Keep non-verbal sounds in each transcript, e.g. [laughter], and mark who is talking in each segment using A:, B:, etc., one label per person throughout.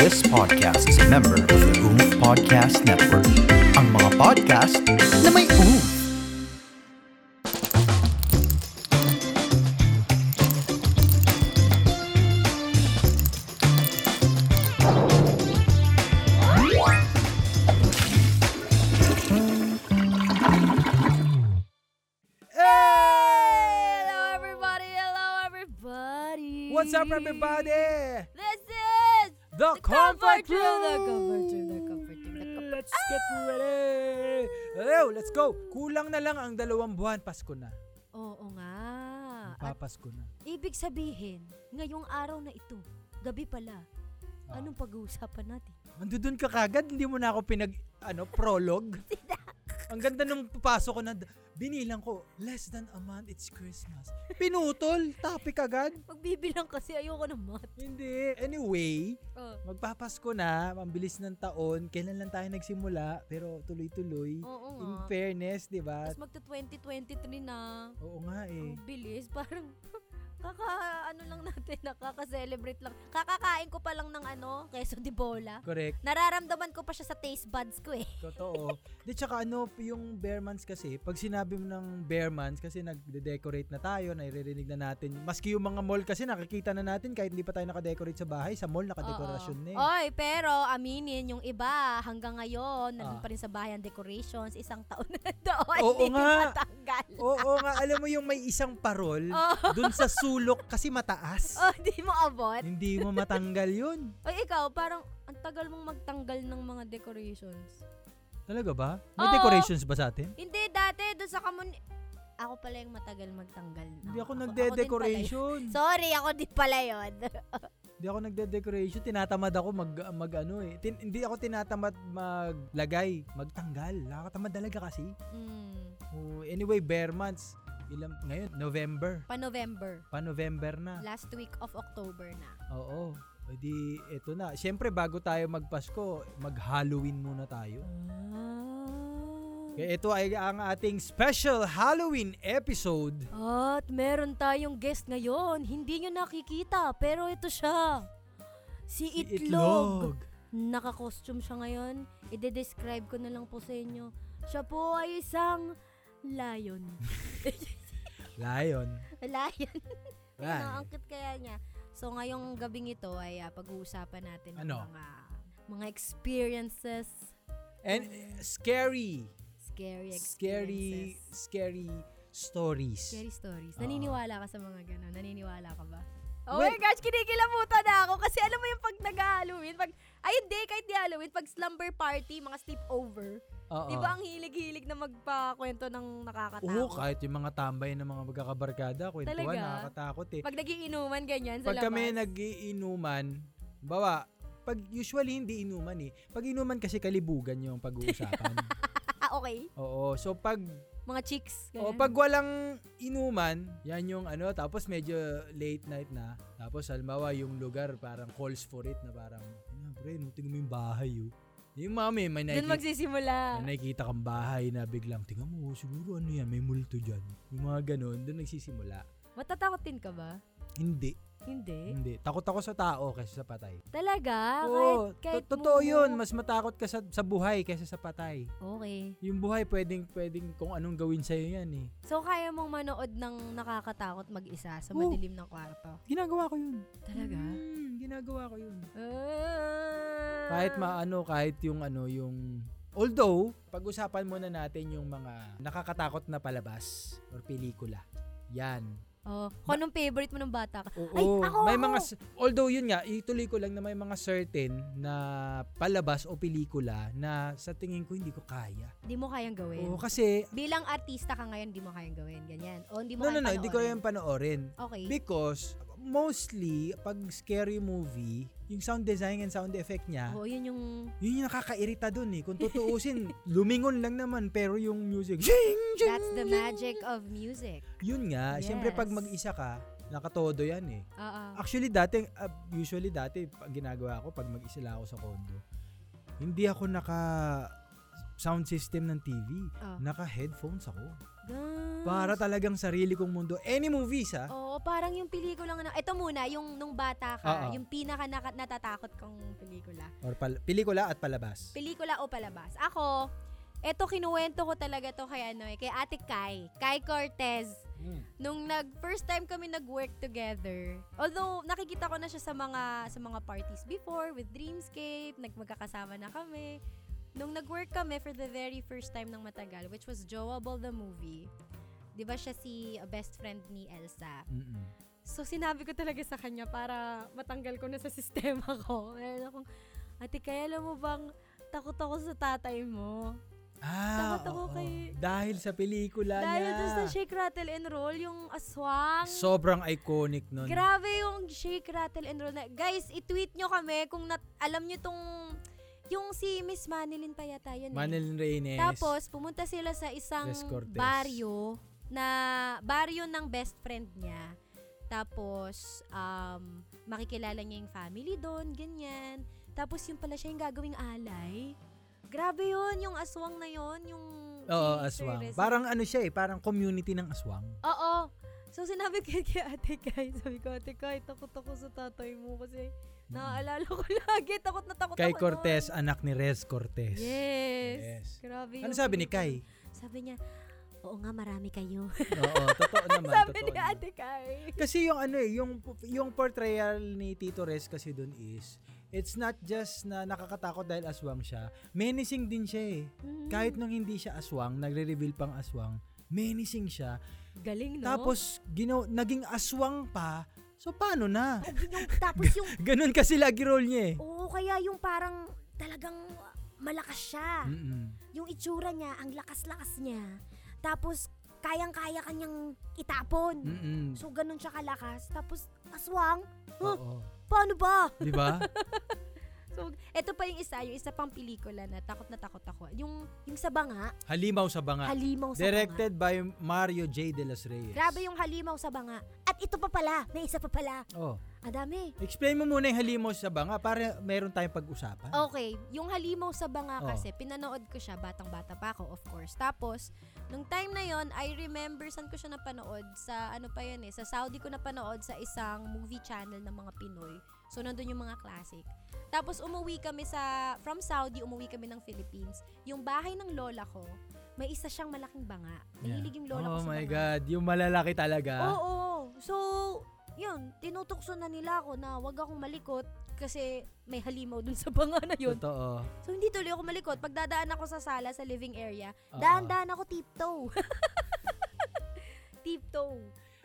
A: This podcast is a member of the OOF Podcast Network. Ang mga podcast na may oomph.
B: Hello, everybody! Hello, everybody!
C: What's up, everybody?
B: This is
C: The, Comfort
B: Comfort Room! The Comfort Room,
C: Room!
B: The Comfort Room, The Comfort
C: Let's get ready! Hello, let's go! Kulang na lang ang dalawang buwan, Pasko na.
B: Oo nga. At
C: Papasko na.
B: ibig sabihin, ngayong araw na ito, gabi pala,
C: Ah.
B: anong pag-uusapan natin?
C: Andudun ka kagad, hindi mo na ako pinag, ano,
B: [laughs]
C: prologue. ang ganda nung papasok ko na, binilang ko, less than a month, it's Christmas. Pinutol, topic agad.
B: Magbibilang kasi ayoko ng mat.
C: Hindi. Anyway,
B: Oh.
C: magpapasko na, mabilis ng taon, kailan lang tayo nagsimula, pero tuloy-tuloy.
B: Oo
C: In
B: nga.
C: fairness, di ba?
B: Tapos magta-2023 na.
C: Oo nga eh.
B: Ang bilis. Parang [laughs] kaka ano lang natin, nakaka-celebrate lang. Kakakain ko pa lang ng ano, queso de bola.
C: Correct.
B: Nararamdaman ko pa siya sa taste buds ko eh.
C: Totoo. Di tsaka ano, yung bear months kasi, pag sinabi mo ng bear months, kasi nagde-decorate na tayo, naririnig na natin. Maski yung mga mall kasi nakikita na natin kahit hindi pa tayo nakadecorate sa bahay, sa mall nakadekorasyon na
B: Oo.
C: eh.
B: Oy, pero aminin, yung iba hanggang ngayon,
C: Ah.
B: nandun pa rin sa bahay ang decorations, isang taon [laughs] na doon,
C: Oo
B: hindi
C: nga.
B: matanggal.
C: Oo nga, alam mo yung may isang parol
B: Oo.
C: dun sa sulok kasi mataas.
B: Oh, di mo abot.
C: Hindi mo matanggal yun.
B: Oy, ikaw, parang ang tagal mong magtanggal ng mga decorations.
C: Talaga ba? May
B: Oo.
C: decorations ba sa atin?
B: Hindi, dati, doon sa kamun... Ako pala yung matagal magtanggal. No?
C: Hindi ako
B: din pala yun.
C: nagde-decoration.
B: Sorry, ako din pala yun. [laughs]
C: Hindi ako nagde-decoration, tinatamad ako mag, mag ano eh. Tin- hindi ako tinatamad maglagay, magtanggal. Nakakatamad talaga kasi.
B: mm,
C: Oh, anyway, bear months. Ilang, ngayon, November.
B: pa-November.
C: Pa-November na.
B: Last week of October na.
C: Oo. O di, eto na. Siyempre, bago tayo magpasko, mag-Halloween muna tayo. Kaya ito ay ang ating special Halloween episode.
B: At meron tayong guest ngayon. Hindi nyo nakikita, pero ito siya. Si, Itlog. Naka-costume siya ngayon. Ide-describe ko na lang po sa inyo. Siya po ay isang lion. [laughs]
C: Lion.
B: lion.
C: Lion.
B: Naangkit kaya niya. So ngayong gabing ito ay ah, pag-uusapan natin ang
C: Ano?
B: mga mga experiences,
C: And eh, scary. Scary,
B: scary experiences.
C: scary stories.
B: Scary stories.
C: Oo.
B: Naniniwala ka sa mga gano'n? Naniniwala ka ba? Oh
C: Well-
B: my gosh, kinikilabutan na ako kasi alam mo yung pag nag-Halloween, pag, ay hindi, kahit di Halloween, pag slumber party, mga sleepover,
C: Oo.
B: di ba ang hilig-hilig na magpakwento ng
C: Oo,
B: nakakatakot?
C: kahit yung mga tambay ng mga magkakabarkada, kwentuhan,
B: Talaga?
C: nakakatakot eh.
B: Pag nagiinuman, ganyan, sa
C: pag kami
B: labas.
C: nagiinuman, bawa, pag usually hindi inuman eh. Pag inuman kasi kalibugan yung
B: [laughs]
C: pag-uusapan.
B: Ah, okay.
C: Oo. So pag
B: Mga chicks.
C: o
B: ganyan.
C: pag walang inuman, yan yung ano, tapos medyo late night na. Tapos halimbawa yung lugar parang calls for it na parang, "Ano, pre, no, tingnan mo yung bahay oh." Yung mami, may
B: Doon
C: nakikita,
B: magsisimula.
C: may nakikita kang bahay na biglang, tingnan mo, siguro ano yan, may multo dyan. Yung mga ganun, doon nagsisimula.
B: Matatakotin ka ba?
C: Hindi,
B: Hindi.
C: hindi. Takot ako sa tao kasi sa patay.
B: Talaga?
C: Hmm. Oo,
B: Ah, kahit, kahit
C: to- totoo
B: mumu-
C: yun. Mas matakot ka sa, sa buhay kaysa sa patay.
B: Okay.
C: Yung buhay, pwedeng, pwedeng kung anong gawin sa'yo yan eh.
B: So, kaya mong manood ng nakakatakot mag-isa sa
C: Oo.
B: madilim ng kwarto?
C: Ginagawa ko yun.
B: Talaga?
C: Mm, ginagawa ko yun.
B: Ah.
C: Kahit maano, kahit yung ano, yung... Although, pag-usapan muna natin yung mga nakakatakot na palabas or pelikula. Yan.
B: Oh, kung anong favorite mo ng bata ka.
C: Oo.
B: Ay, ako,
C: may
B: ako.
C: mga s- although yun nga, ituloy ko lang na may mga certain na palabas o pelikula na sa tingin ko hindi ko kaya.
B: Di mo kayang gawin.
C: Oo, kasi
B: Bilang artista ka ngayon, di mo kayang gawin. Ganyan. O, hindi mo
C: no, no,
B: kayang
C: no, hindi ko
B: panoorin.
C: yung panoorin.
B: Okay.
C: Because mostly pag scary movie, yung sound design and sound effect niya,
B: Oo, Oh, yun yung...
C: yun yung nakakairita dun eh. Kung tutuusin, [laughs] lumingon lang naman pero yung music, jing, jing,
B: That's the
C: jing.
B: magic of music.
C: Yun nga,
B: Yes. Oh.
C: siyempre pag mag-isa ka, nakatodo yan eh.
B: Oo.
C: Actually dati, uh, usually dati pag ginagawa ko pag mag-isa lang ako sa condo, hindi ako naka sound system ng TV,
B: Oh. Hmm.
C: naka headphones ako.
B: Gans.
C: Para talagang sarili kong mundo. Any movies ha.
B: Oo, parang yung pelikula nga na, ito muna, yung nung bata ka,
C: Oo.
B: yung pinaka naka- natatakot kong pelikula.
C: Or pal- pelikula at palabas.
B: Pelikula o palabas. Ako, eto kinuwento ko talaga to kay ano eh, kay Ate Kai, Kai Cortez.
C: Mm.
B: Nung nag first time kami nag-work together. Although nakikita ko na siya sa mga sa mga parties before with Dreamscape, nagmagkakasama na kami. Nung nag-work kami for the very first time ng matagal, which was Joable the movie. 'Di ba siya si uh, best friend ni Elsa?
C: Mm-mm.
B: So sinabi ko talaga sa kanya para matanggal ko na sa [laughs] sistema ko. Meron akong, ate kaya alam mo bang takot ako sa tatay mo.
C: Ah,
B: Takot ako
C: oo.
B: kay-
C: Dahil sa pelikula
B: Dahil
C: niya.
B: doon sa shake, rattle, and roll, yung aswang.
C: Sobrang iconic nun.
B: Grabe yung shake, rattle, and roll. Na. Guys, i-tweet nyo kami kung nat- alam nyo tong, yung si Miss Manilyn pa yata yun. eh.
C: Manilyn Reynes.
B: Tapos, pumunta sila sa isang
C: Des Cortez.
B: baryo na baryo ng best friend niya. Tapos, um, makikilala niya yung family doon, ganyan. Tapos, yun pala siya yung gagawing alay. Grabe yun, yung aswang na yun, yung...
C: Oo,
B: yung
C: aswang.
B: service.
C: Parang ano siya eh, parang community ng aswang.
B: Oo. So, sinabi ko kay ate Kai, [laughs] sabi ko, ate Kai, takot ako sa tatay mo kasi naaalala ko [laughs] lagi, takot na takot
C: Kay
B: ako
C: Mm. Cortez,
B: noon.
C: anak ni Rez Cortez.
B: Yes.
C: Yes.
B: Grabe
C: Ano
B: yung
C: sabi ni
B: pelikula.
C: Kai?
B: Sabi niya, oo nga, marami kayo. [laughs]
C: Oo, totoo naman.
B: Sabi
C: totoo
B: ni
C: naman.
B: Ate Kai.
C: Kasi yung ano eh, yung, yung portrayal ni Tito Rez kasi dun is, it's not just na nakakatakot dahil aswang siya, menacing din siya eh.
B: Mm-hmm.
C: Kahit nung hindi siya aswang, nagre-reveal pang aswang, menacing siya.
B: Galing, no?
C: Tapos, gino, naging aswang pa, so paano na? [laughs]
B: yung, tapos yung,
C: Ganun kasi lagi role niya eh.
B: oo, kaya yung parang talagang malakas siya.
C: Mm-mm.
B: Yung itsura niya, ang lakas-lakas niya. Tapos, kayang-kaya kanyang itapon.
C: Mm-mm.
B: So, ganun siya kalakas. Tapos, aswang, Huh?
C: Oo.
B: paano ba?
C: Di ba? [laughs]
B: So, eto pa yung isa, yung isa pang pelikula na takot na takot ako. Yung, yung sa banga,
C: Halimaw sa Banga.
B: halimaw sa banga.
C: Ah, Directed by Mario J. De Los Reyes.
B: Grabe yung halimaw sa banga. At ito pa pala, may isa pa pala.
C: Oh.
B: Ang dami.
C: Explain mo muna yung halimaw sa Banga para meron tayong pag-usapan.
B: Okay, yung halimaw sa banga
C: Oh.
B: kasi, pinanood ko siya, batang-bata pa ako, of course. Tapos, nung time na yon I remember saan ko siya napanood, sa ano pa yun eh, sa Saudi ko napanood sa isang movie channel ng mga Pinoy. So, nandun yung mga classic. Tapos, umuwi kami sa, from Saudi, umuwi kami ng Philippines. Yung bahay ng lola ko, may isa siyang malaking banga.
C: Yeah.
B: Nahilig yung lola ko
C: Oh
B: sa
C: my
B: banga.
C: God, yung malalaki talaga.
B: Oo. So, yun, tinutukso na nila ako na wag akong malikot kasi may halimaw dun sa banga na yun.
C: Totoo.
B: So, hindi tuloy ako malikot. Pagdadaan ako sa sala, sa living area,
C: Oo.
B: daan-daan ako tiptoe. [laughs] tiptoe.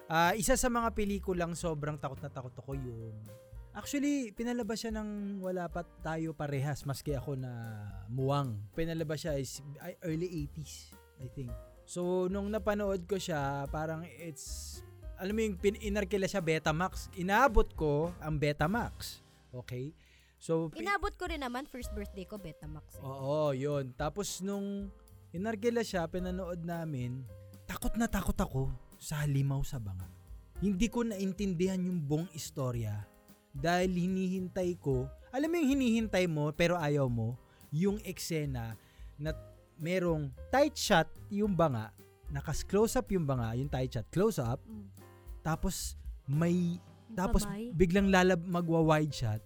C: Ah, isa sa mga pelikulang sobrang takot na takot ako yung Actually, pinalabas siya ng wala pa tayo parehas maski ako na muwang. Pinalabas siya is ay, early 80s, I think. So, nung napanood ko siya, parang it's alam mo yung pin- inarkila siya Betamax. Inaabot ko ang Betamax. Okay? So, pi-
B: Inabot ko rin naman, first birthday ko, Betamax. Eh.
C: Oo, yun. Tapos nung inargila siya, pinanood namin, takot na takot ako sa halimaw sa banga. Hindi ko naintindihan yung buong istorya dahil hinihintay ko, alam mo yung hinihintay mo pero ayaw mo, yung eksena na merong tight shot yung banga, nakas close up yung banga, yung tight shot, close up,
B: Mm.
C: tapos may,
B: Yung
C: tapos
B: kamay.
C: biglang lalab magwa-wide shot,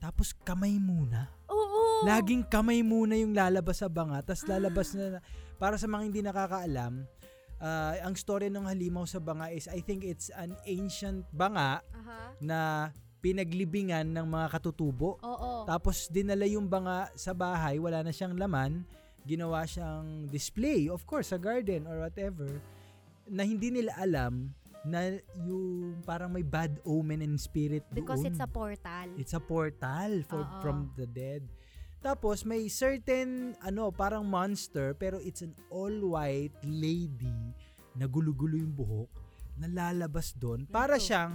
C: tapos kamay muna.
B: Oo.
C: Laging kamay muna yung lalabas sa banga, tapos
B: Ah.
C: lalabas na. Para sa mga hindi nakakaalam, ah, ang story ng halimaw sa banga is I think it's an ancient banga
B: Aha.
C: na pinaglibingan ng mga katutubo.
B: Oo.
C: Tapos dinala yung banga sa bahay, wala na siyang laman, ginawa siyang display, of course, sa garden or whatever, na hindi nila alam na yung parang may bad omen and spirit
B: Because
C: doon.
B: it's a portal.
C: It's a portal for
B: Oo.
C: from the dead. Tapos may certain ano, parang monster pero it's an all-white lady na gulo-gulo yung buhok na lalabas doon para
B: Ito.
C: siyang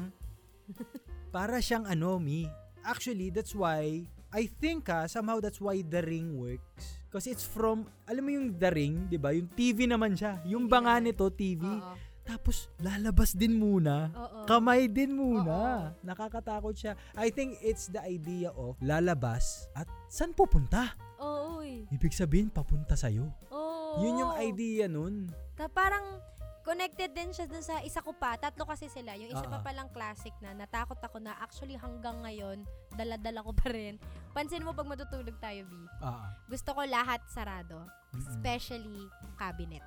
C: para siyang ano mi. Actually, that's why I think ah, somehow that's why The Ring works. Kasi it's from, alam mo yung The Ring, di ba? Yung TV naman siya. Yung
B: TV
C: banga
B: naman.
C: nito, TV.
B: Oo.
C: Tapos, lalabas din muna.
B: Oo.
C: Kamay din muna. Nakakatakot siya. I think it's the idea of lalabas at saan pupunta?
B: Oo. eh.
C: Ibig sabihin, papunta sa'yo.
B: Oo.
C: Yun yung idea nun.
B: Ka- parang Connected din siya dun sa isa ko pa. Tatlo kasi sila. Yung isa
C: Ah,
B: pa
C: ah.
B: palang classic na natakot ako na actually hanggang ngayon, dala-dala ko pa rin. Pansin mo pag matutulog tayo, B.
C: Ah.
B: Gusto ko lahat sarado.
C: mm-mm.
B: Especially cabinet.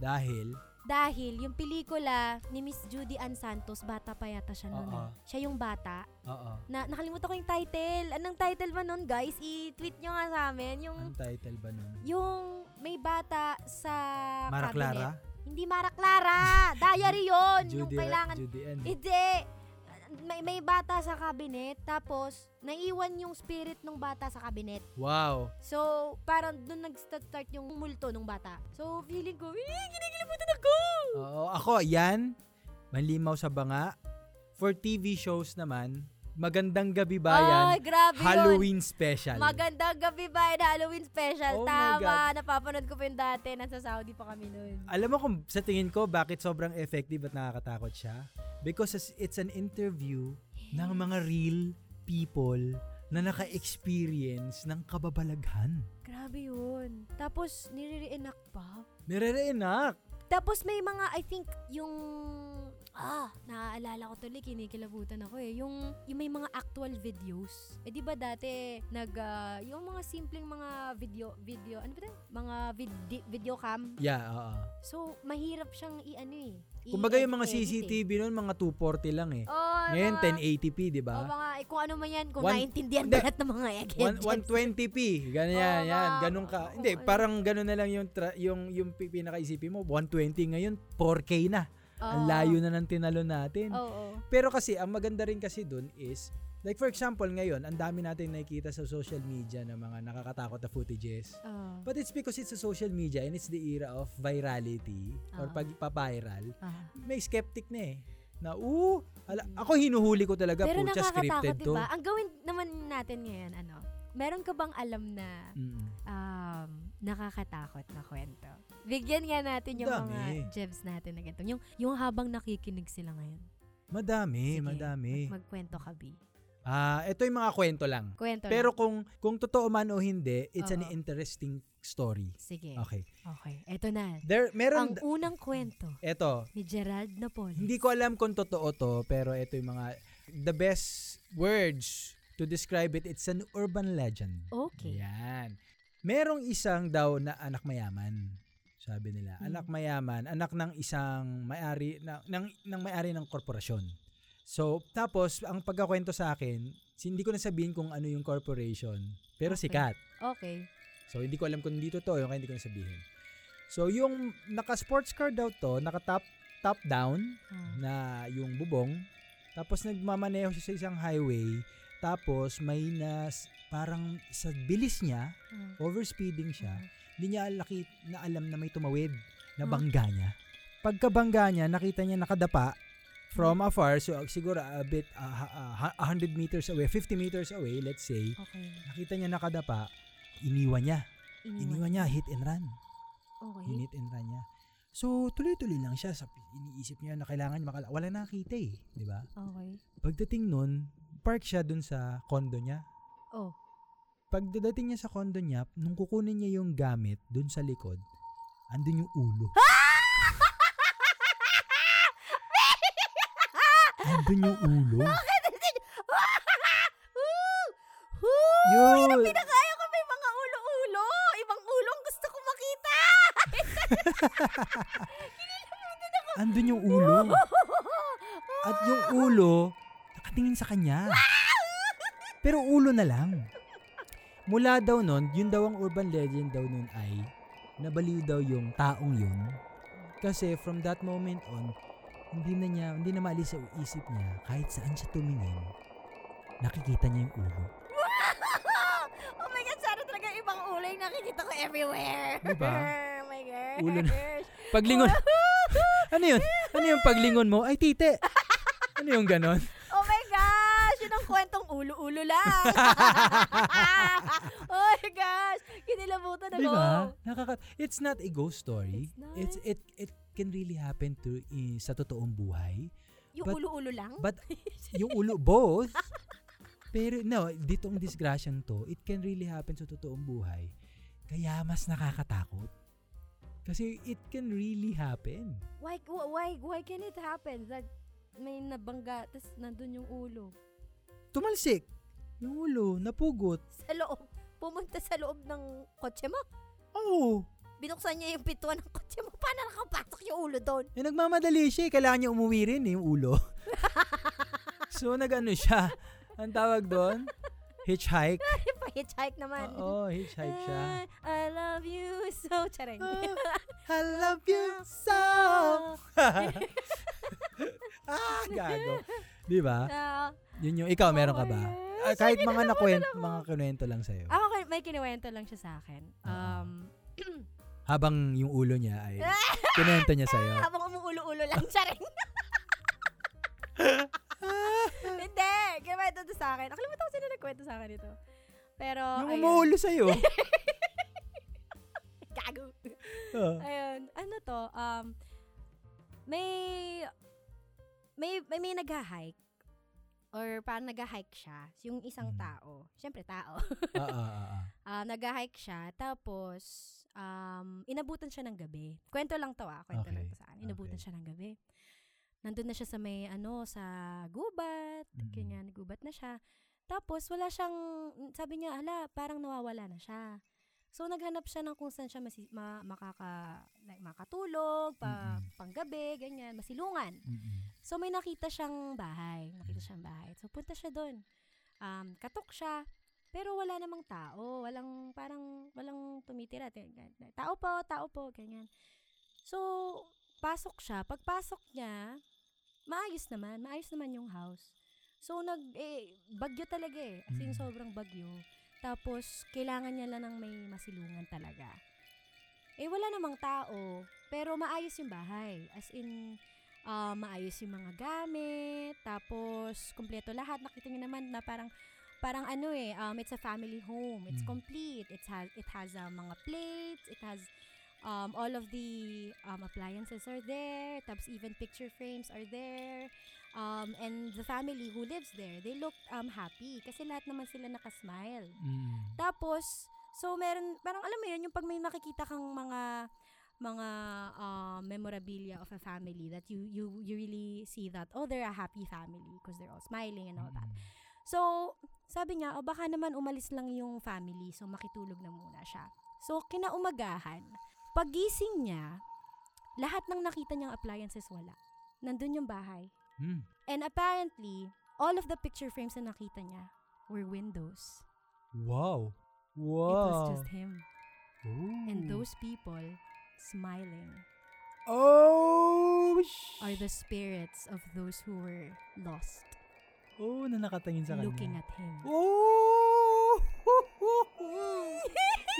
C: Dahil,
B: Dahil yung pelikula ni Miss Judy Ann Santos, bata pa yata siya noon.
C: Oo.
B: eh. Siya yung bata.
C: oo.
B: Na, nakalimutan ko yung title. Anong title ba noon, guys? I-tweet nyo nga sa amin. Yung,
C: Ang title ba nun?
B: yung may bata sa
C: Mara
B: cabinet.
C: Clara?
B: Hindi Mara
C: [laughs]
B: Clara. Diary yon. yung
C: Judy,
B: kailangan.
C: Judy ano? Ann.
B: Hindi. May, may bata sa kabinet. Tapos, naiwan yung spirit ng bata sa kabinet.
C: Wow.
B: So, parang doon nag-start yung multo ng bata. So, feeling ko, eh, ginigilimutan ako!
C: Oo, ako, yan. Malimaw sa banga. For TV shows naman, Magandang Gabi
B: Ay,
C: Bayan,
B: grabe yun.
C: Halloween Special.
B: Magandang gabi ba na Halloween special?
C: Oh my
B: Tama, napapanood ko pa yun dati. Nasa Saudi pa kami noon.
C: Alam mo kung sa tingin ko bakit sobrang effective at nakakatakot siya? Because it's- it's an interview ng mga real people na naka-experience ng kababalaghan.
B: Grabe yun. Tapos, nire-reenact pa.
C: Nire-reenact.
B: Tapos may mga, I think, yung... Ah, naaalala ko tuloy, kinikilabutan ako eh. Yung, yung may mga actual videos. Eh di ba dati, nag, ah, yung mga simpleng mga video, video, ano ba 'to? Mga vid- video cam.
C: Yeah, oo.
B: So, mahirap siyang i-ano eh. i-
C: Kumbaga yung mga
B: edit eh.
C: CCTV noon, mga 240 lang eh.
B: Oh,
C: Ngayon,
B: mga-
C: 1080p, di
B: O
C: ba?
B: mga, eh, kung ano man yan, kung
C: One-
B: naiintindihan
C: hindi.
B: ba lahat ng mga
C: One-
B: agents.
C: 120p, ganyan, yan,
B: Oo,
C: yan,
B: mga-
C: ganun ka.
B: oo,
C: Hindi,
B: ano.
C: parang ganun na lang yung, tra- yung, yung pi- pinakaisipin mo. 120 ngayon, 4K na. Ang
B: Oo.
C: layo na ng tinalo natin.
B: Oo.
C: Pero kasi, ang maganda rin kasi dun is, like for example ngayon, ang dami natin nakikita sa social media ng mga nakakatakot na footages.
B: Oo.
C: But it's because it's a social media and it's the era of virality or
B: Ah.
C: pagpapiral.
B: Ah.
C: May skeptic na eh. Na, oo, ala, ako hinuhuli ko talaga
B: Pero
C: putya
B: nakakatakot, diba?
C: scripted
B: di
C: to.
B: ba? Ang gawin naman natin ngayon, ano, meron ka bang alam na
C: Mm.
B: um, nakakatakot na kwento. Bigyan nga natin yung
C: Dami.
B: mga gems natin na ganito. Yung, yung habang nakikinig sila ngayon.
C: Madami,
B: Sige,
C: madami.
B: mag- magkwento ka, B.
C: Ah, ito yung mga kwento lang.
B: Kwento
C: Pero
B: lang.
C: kung kung totoo man o hindi, it's an
B: Oo.
C: interesting story.
B: Sige. Okay.
C: Okay.
B: Eto na.
C: There
B: Ang
C: meron
B: unang kwento
C: eto,
B: ni Gerald Napoli.
C: Hindi ko alam kung totoo to, pero ito yung mga the best words to describe it. It's an urban legend.
B: Okay.
C: Yan. Merong isang daw na anak mayaman. Sabi nila,
B: Hmm.
C: anak mayaman, anak ng isang may-ari na, ng ng may-ari ng korporasyon. So, tapos ang pagkakwento sa akin, si- hindi ko na sabihin kung ano yung corporation, pero
B: Okay.
C: sikat.
B: Okay.
C: So hindi ko alam kung dito to, yung kaya hindi ko na sabihin. So yung naka-sports car daw to, naka top top down,
B: Ah.
C: na yung bubong. Tapos nagmamaneho siya sa isang highway. Tapos may nas parang sa bilis niya,
B: Ah.
C: overspeeding siya. Hindi niya laki na alam na may tumawid na
B: Ah.
C: bangga niya. Pagkabangga niya, nakita niya nakadapa from afar, so uh, siguro a bit uh, ha- uh, ha- 100 meters away, 50 meters away, let's say.
B: Okay.
C: Nakita niya nakadapa, iniwan niya.
B: Iniwan.
C: Iniwan niya, hit and run
B: Okay.
C: init and run niya. So, tuloy-tuloy lang siya. Sa, iniisip niya na kailangan niya makala. Wala nakakita eh. Di ba?
B: Okay.
C: Pagdating nun, park siya dun sa condo niya.
B: Oh.
C: Pagdating niya sa condo niya, nung kukunin niya yung gamit dun sa likod, andun yung ulo. Andun yung ulo.
B: Woo! Woo!
C: Yun.
B: Pinakaayaw ko may mga ulo-ulo. Ibang ulo ang gusto ko makita.
C: Andun yung ulo. At yung ulo, nakatingin sa kanya. Pero ulo na lang. Mula daw nun, yun daw ang urban legend daw nun ay nabaliw daw yung taong yun. Kasi from that moment on, hindi na niya, hindi na maalis sa isip niya kahit saan siya tumingin, nakikita niya yung ulo.
B: [laughs] oh my God, sana talaga ibang ulo yung nakikita ko everywhere.
C: Diba?
B: [laughs] oh my God.
C: Ulo na- Paglingon. ano yun? Ano yung paglingon mo? Ay, tite! Ano yung ganon?
B: Oh my gosh, yun ang kwentong ulo-ulo
C: [laughs]
B: lang. oh my gosh, kinilabutan ako.
C: Di ba? Nakaka- it's not a ghost story.
B: It's not.
C: It's, it it can really happen to i- sa totoong buhay.
B: Yung
C: But-
B: ulo-ulo lang? [laughs]
C: But yung ulo both. Pero no, ditong disgrasyang to, it can really happen sa totoong buhay. Kaya mas nakakatakot. Kasi it can really happen.
B: Why, wh- why, why can it happen that may nabangga, tas nandun yung ulo?
C: Tumalsik. Yung ulo, napugot.
B: Sa loob, pumunta sa loob ng kotse mo.
C: Oo.
B: Binuksan niya yung pintuan ng kotse mo. Paano nakapasok yung ulo doon?
C: Eh, nagmamadali siya. eh. Kailangan niya umuwi rin eh, yung ulo. [laughs] so, nag-ano siya. Ang tawag doon? Hitchhike.
B: Pa-hitchhike naman.
C: Ah, Oo, hitchhike siya.
B: Ah, I love you so. Charing.
C: Oh, [laughs] I love you so. [laughs] ah, gago. Di ba?
B: Ah,
C: Yun yung, ikaw, meron ka
B: Oh,
C: ba?
B: yes.
C: Ah, kahit
B: Sige, Ah.
C: mga
B: naman,
C: nakwent,
B: alam mo.
C: mga kinuwento lang sa'yo.
B: Ako, kin- may kinuwento lang siya sa akin.
C: Ah.
B: Um,
C: Habang yung ulo niya
B: [laughs]
C: ay kinuwento niya sa'yo.
B: habang umuulo-ulo lang siya
C: [laughs]
B: rin. Hindi, kinuwento to sa akin. Nakalimutan ko sino nagkwento sa akin ito. Pero,
C: yung
B: ayun.
C: umuulo
B: [laughs]
C: sa'yo.
B: Gago.
C: Oh.
B: Ayun, ano to, um, may, may, may, may nag-hike or parang nag-hike siya, yung isang
C: Mm.
B: tao. Siyempre, tao.
C: Ah, ah, ah, ah.
B: Ah, nag-hike siya, tapos um, inabutan siya ng gabi. Kwento lang to ah, kwento lang
C: Okay,
B: to sa akin. Inabutan
C: okay.
B: siya ng gabi. Nandun na siya sa may ano, sa gubat.
C: Mm.
B: Kanya, nagubat na siya. Tapos wala siyang, sabi niya, ala, parang nawawala na siya. So naghanap siya ng kung saan siya masi- ma- makaka, like, makatulog, pa,
C: Mm-mm.
B: panggabi, ganyan, masilungan.
C: Mm-mm.
B: So may nakita siyang bahay, nakita siyang bahay. So punta siya doon. Um, katok siya, pero wala namang tao, walang parang walang tumitira. Ti- Tao po, tao po, ganyan. So pasok siya. Pagpasok niya, maayos naman, maayos naman yung house. So nag eh, bagyo talaga eh. As in
C: Mm.
B: sobrang bagyo. Tapos kailangan niya lang ng may masilungan talaga. Eh wala namang tao, pero maayos yung bahay. As in ah, maayos yung mga gamit, tapos kumpleto lahat. Nakita niyo naman na parang parang ano eh, um, it's a family home. It's
C: Mm.
B: complete. It has it has ah, mga plates, it has um, all of the um, appliances are there, tapos even picture frames are there. Um, and the family who lives there, they looked um, happy kasi lahat naman sila nakasmile.
C: Mm.
B: Tapos, so meron, parang alam mo yun, yung pag may makikita kang mga mga uh, memorabilia of a family that you you you really see that oh they're a happy family because they're all smiling and all that. So, sabi niya, o baka naman umalis lang yung family, so makitulog na muna siya. So, kinaumagahan, pagising niya, lahat ng nakita niyang appliances wala. Nandun yung bahay.
C: Mm.
B: And apparently, all of the picture frames na nakita niya were windows.
C: Wow. Wow.
B: It was just him.
C: Ooh.
B: And those people smiling
C: Oh, sh-
B: are the spirits of those who were lost
C: Oh, na nakatingin sa kanya.
B: looking at him.
C: [laughs] Oh!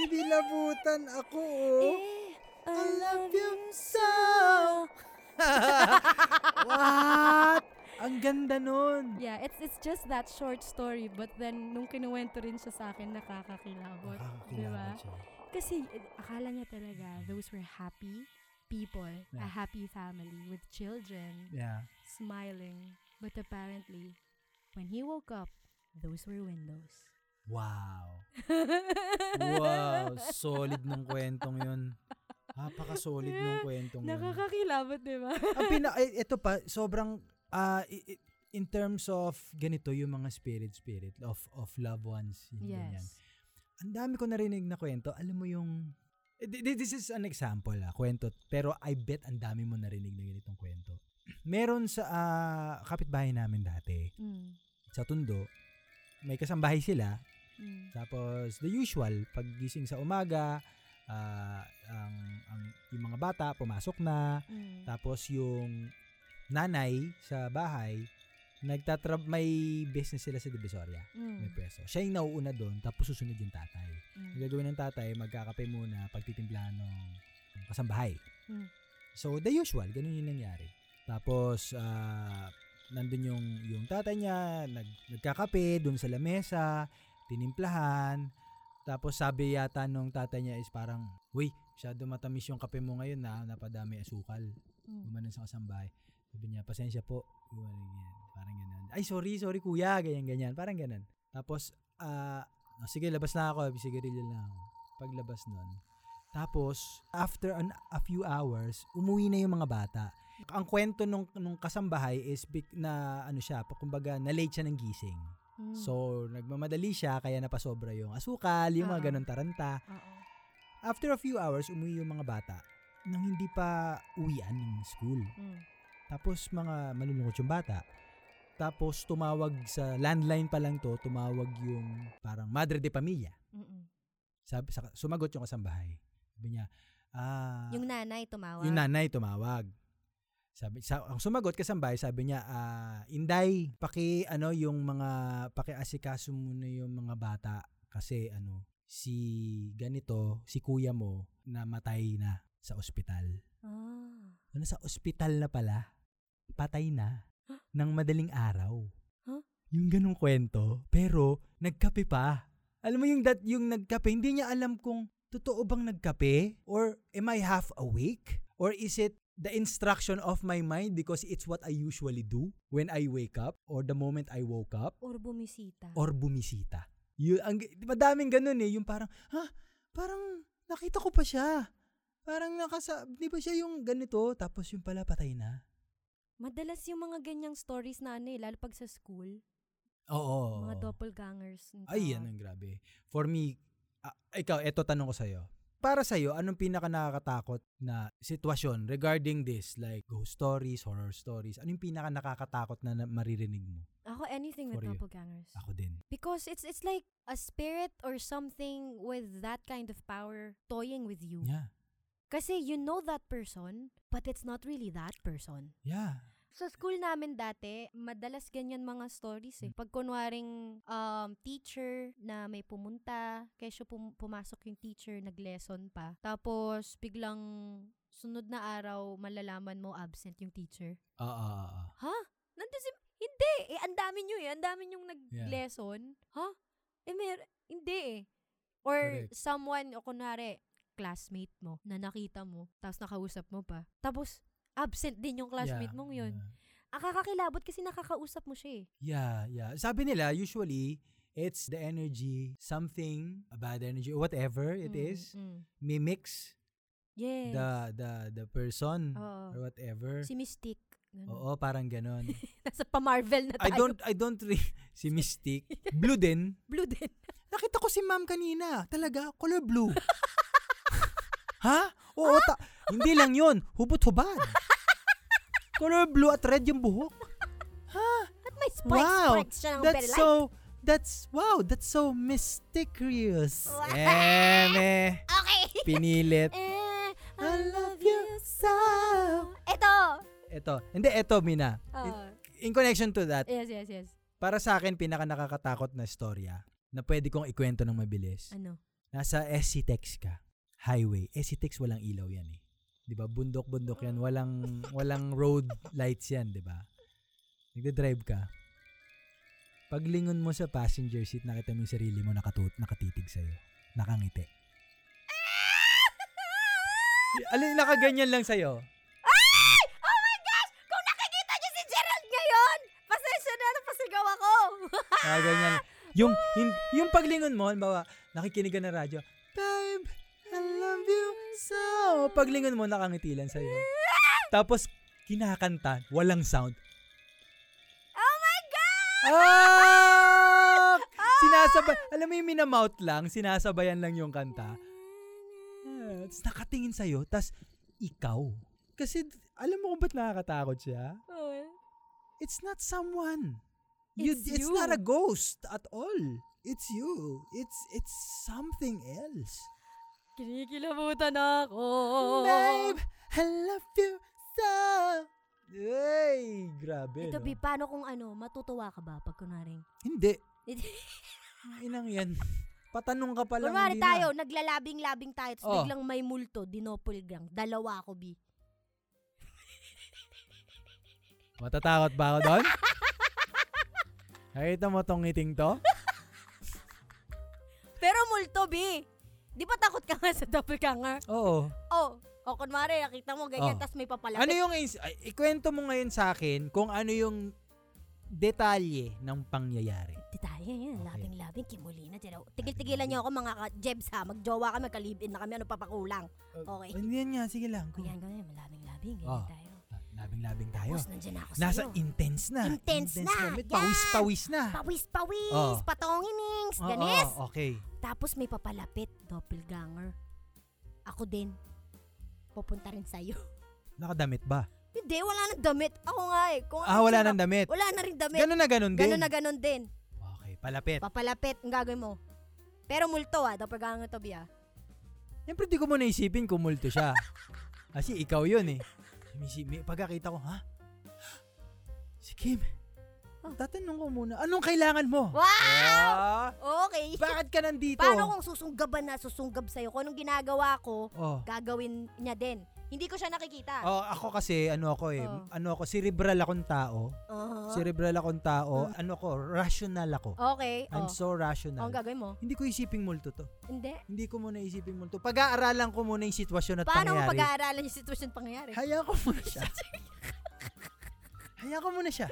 C: Binilabutan ako, oh.
B: Eh,
C: I
B: [laughs]
C: love you so.
B: so.
C: [laughs] What? Ang ganda nun.
B: Yeah, it's it's just that short story but then nung kinuwento rin siya sa akin nakakakilabot, di ba?
C: siya.
B: Kasi eh, akala niya talaga those were happy people, a
C: Yeah.
B: happy family with children
C: Yeah.
B: smiling. But apparently, when he woke up, those were windows. [laughs]
C: [laughs] Wow. Wow. Solid ng kwentong yun. Napaka-solid ng kwentong yun.
B: Nakakakilabot, di
C: [laughs]
B: ba?
C: ang pina eh, ito pa sobrang ah, i- i- in terms of ganito yung mga spirit spirit of of loved ones yun, ganyan.
B: yes.
C: Ang dami ko narinig na kwento. Alam mo yung eh, thi- thi- this is an example ah, kwento pero I bet ang dami mo narinig na ganitong kwento. [clears throat] Meron sa ah, kapitbahay namin dati
B: Mm.
C: sa Tundo, may kasambahay sila
B: Mm.
C: tapos the usual, paggising sa umaga, ah, ang, ang yung mga bata pumasok na,
B: Mm.
C: tapos yung nanay sa bahay, nagtatrab may business sila sa Divisoria.
B: Mm.
C: May pwesto. Siya yung nauuna doon, tapos susunod yung tatay. Ang
B: Mm.
C: gagawin ng tatay, magkakape muna, pagtitimplahan ng kasambahay.
B: Mm.
C: So, the usual, ganun yung nangyari. Tapos, ah, nandun yung, yung tatay niya, nag, nagkakape doon sa lamesa, tinimplahan. Tapos, sabi yata nung tatay niya is parang, Uy, masyado matamis yung kape mo ngayon na napadami asukal.
B: Mm.
C: Gumanon sa kasambahay. Sabi niya, pasensya po. Gumanon, ganyan. Parang ganun. Ay, sorry, sorry kuya. Ganyan, ganyan. Parang ganun. "Ah, Tapos, ah, "Oh, sige, labas na ako. Sigarilyo na ako. Paglabas nun, Tapos, after an, a few hours, umuwi na yung mga bata. Ang kwento nung, nung kasambahay is big, na ano siya, pa- kumbaga na-late siya ng gising.
B: Mm.
C: So, nagmamadali siya kaya napasobra yung asukal, yung
B: Ah.
C: mga ganun taranta.
B: Oo.
C: After a few hours, umuwi yung mga bata nang hindi pa uwian ng school.
B: Mm.
C: Tapos mga malulungkot yung bata. Tapos tumawag sa landline pa lang to, tumawag yung parang madre de pamilya.
B: Mm-mm.
C: Sabi, sa, sumagot yung kasambahay. Sabi niya, ah,
B: Yung nanay tumawag.
C: yung nanay tumawag. Sabi, sa, ang sumagot kasambahay, sabi niya, ah, Inday, paki, ano, yung mga, pakiasikaso muna yung mga bata. Kasi, ano, si ganito, si kuya mo, namatay na sa ospital.
B: Ah.
C: Ano sa ospital na pala, patay na ng madaling araw.
B: Huh?
C: Yung ganong kwento, pero nagkape pa. Alam mo yung dat yung nagkape, hindi niya alam kung totoo bang nagkape or am I half awake or is it the instruction of my mind because it's what I usually do when I wake up or the moment I woke up
B: Or bumisita.
C: or bumisita. Yun, ang, madaming ganun eh, yung parang, ha, parang nakita ko pa siya. Parang nakasa, di ba siya yung ganito, tapos yung pala patay na.
B: Madalas yung mga ganyang stories na ano eh, lalo pag sa school.
C: Oo.
B: Mga ah. doppelgangers. yung
C: Ay,
B: tawag.
C: yan ang grabe. For me, ah, ikaw, eto tanong ko sa'yo. Para sa'yo, anong pinaka nakakatakot na sitwasyon regarding this? Like ghost stories, horror stories. Anong pinaka nakakatakot na, na maririnig mo?
B: Ako anything with
C: For you. Ah.
B: doppelgangers.
C: Ako din.
B: Because it's it's like a spirit or something with that kind of power toying with you.
C: Yeah.
B: Kasi you know that person, but it's not really that person.
C: Yeah.
B: Sa school namin dati, madalas ganyan mga stories
C: Hmm.
B: eh. Pag kunwaring um, teacher na may pumunta, kesyo pum- pumasok yung teacher, nag-lesson pa. Tapos biglang sunod na araw, malalaman mo absent yung teacher.
C: Ah, ah, ah, ah.
B: Ha? Nandun si... Hindi! Eh, ang dami nyo eh. Ang dami yung nag-lesson. Ha? Eh, mer... Hindi eh. Or
C: Correct.
B: someone, o kunwari, classmate mo, na nakita mo, tapos nakausap mo pa. Tapos, absent din yung classmate
C: Yeah,
B: mong yun.
C: yeah.
B: Ang Ah, kakakilabot kasi nakakausap mo siya eh.
C: Yeah, yeah. Sabi nila, usually, it's the energy, something, a bad energy, or whatever it
B: Mm,
C: is,
B: mm.
C: mimics
B: Yes.
C: the the the person
B: Oo.
C: or whatever.
B: si Mystique. Ganun.
C: Oo, parang ganon.
B: [laughs] Nasa pa-Marvel na
C: Oh.
B: tayo.
C: I don't, I don't re- [laughs] si
B: [laughs]
C: Mystic. Blue din.
B: Blue din. [laughs]
C: Nakita ko si ma'am kanina. Talaga, color blue. ha? Oo, ta- hindi lang yun.
B: [laughs]
C: Hubot-hubad. color blue at red yung buhok.
B: At may spikes,
C: Wow,
B: spikes siya ng very
C: That's
B: light.
C: so, that's, wow, that's so mysterious. Eh, meh.
B: [laughs] Okay.
C: Pinilit.
B: eh, I
C: I
B: love you.
C: so.
B: Ito.
C: Ito. Hindi, ito, Mina.
B: Oo.
C: In connection to that,
B: yes, yes, yes.
C: para sa akin, pinaka nakakatakot na storya na pwede kong ikwento ng mabilis.
B: Ano?
C: Nasa SCTEX ka. Highway. SCTEX walang ilaw yan eh. 'Di ba? Bundok-bundok yan. Walang walang road lights yan, 'di ba? Nagde-drive ka. Paglingon mo sa passenger seat, nakita mo yung sarili mo nakatut nakatitig sa Nakangiti. Alin nakaganyan lang sa
B: Ay! Oh my gosh! Kung nakikita niyo si Gerald ngayon, pasensya na na pasigaw ako. [laughs]
C: Ah, ganyan. Yung, hin- yung paglingon mo, halimbawa, nakikinig ka ng radyo, Babe, I love you so. Paglingon mo, nakangiti lang sa'yo. Tapos, kinakanta, walang sound.
B: oh my
C: Ah!
B: God!
C: Sinasabay, alam mo yung minamouth lang, sinasabayan lang yung kanta. Ah, Tapos nakatingin sa'yo, tapos ikaw. Kasi, alam mo kung ba't nakakatakot siya?
B: Oh,
C: It's not someone. You,
B: It's
C: it's,
B: you.
C: not a ghost at all. It's you. It's it's something else.
B: kinikilabutan ako. Oh.
C: Babe, I love you so. Ay, grabe.
B: Ito,
C: no?
B: Bi, paano kung ano, matutuwa ka ba pag kunwaring? [laughs]
C: Hindi. Inang yan. Patanong ka pa lang.
B: kunwari
C: hindi
B: tayo,
C: na.
B: naglalabing-labing tayo, tapos
C: Oh.
B: biglang may multo, dinoppelgang. Dalawa ako, Bi.
C: Matatakot ba ako
B: [laughs]
C: doon? Nakita mo tong ngiting to?
B: Pero multo, Bi! Di ba takot ka nga sa doppelganger?
C: Oo.
B: Oh, oh, kunwari, nakita mo
C: Oh.
B: ganyan, tapos may papalapit.
C: Ano yung, ins- ay, ikwento mo ngayon sa akin kung ano yung detalye ng pangyayari.
B: Di tayo. Ayun, yun, labing-labing, kimulina. tira- Tigil-tigilan niyo ako mga ka-jebs ha. Magjowa kami, kalibin na kami, ano papakulang.
C: Oh.
B: Okay.
C: Hindi yan nga, sige lang.
B: Kuyan ko yun, malabing-labing, ganyan
C: Ah.
B: tayo.
C: Labing-labing tayo.
B: Tapos nandiyan ako sa'yo.
C: Nasa intense na.
B: Intense na,
C: May
B: yan.
C: pawis-pawis na.
B: Pawis-pawis,
C: Oh.
B: patonginings,
C: Oo,
B: ganis.
C: okay.
B: Tapos may papalapit, doppelganger. Ako din. Pupunta rin sa'yo.
C: Nakadamit ba?
B: Hindi, wala nang damit. Ako nga eh. Kung
C: Ah,
B: anong
C: wala
B: sarap-
C: nang damit.
B: Wala na rin damit.
C: Ganun na ganun din.
B: Ganun na ganun din.
C: Okay, palapit.
B: Papalapit ang gagawin mo. Pero multo ah, doppelganger to biya.
C: Siyempre di ko muna isipin kung multo siya. [laughs] Kasi ikaw yun eh. Sumisi- may- Pagkakita ko, ha? Si Kim,
B: Oh.
C: tatanong ko muna, anong kailangan mo?
B: Wow! [laughs]
C: Ah,
B: Okay.
C: Oh. [laughs] bakit ka nandito?
B: Paano kung susunggaban na susunggab sa'yo? Kung anong ginagawa ko,
C: Oh.
B: gagawin niya din. Hindi ko siya nakikita.
C: Oh, ako kasi, ano ako eh,
B: Oh.
C: ano ako, cerebral akong tao.
B: Oo.
C: Cerebral akong tao, ano ko, rational ako.
B: Okay.
C: I'm
B: oh.
C: so rational.
B: Ang gagawin mo?
C: Hindi ko isiping multo to.
B: Hindi.
C: Hindi ko muna isiping multo. Pag-aaralan ko muna yung sitwasyon at
B: Paano mo
C: pangyayari.
B: pag-aaralan yung sitwasyon pangyayari?
C: Hayaan ko muna
B: [laughs]
C: siya. Hayaan ko muna siya.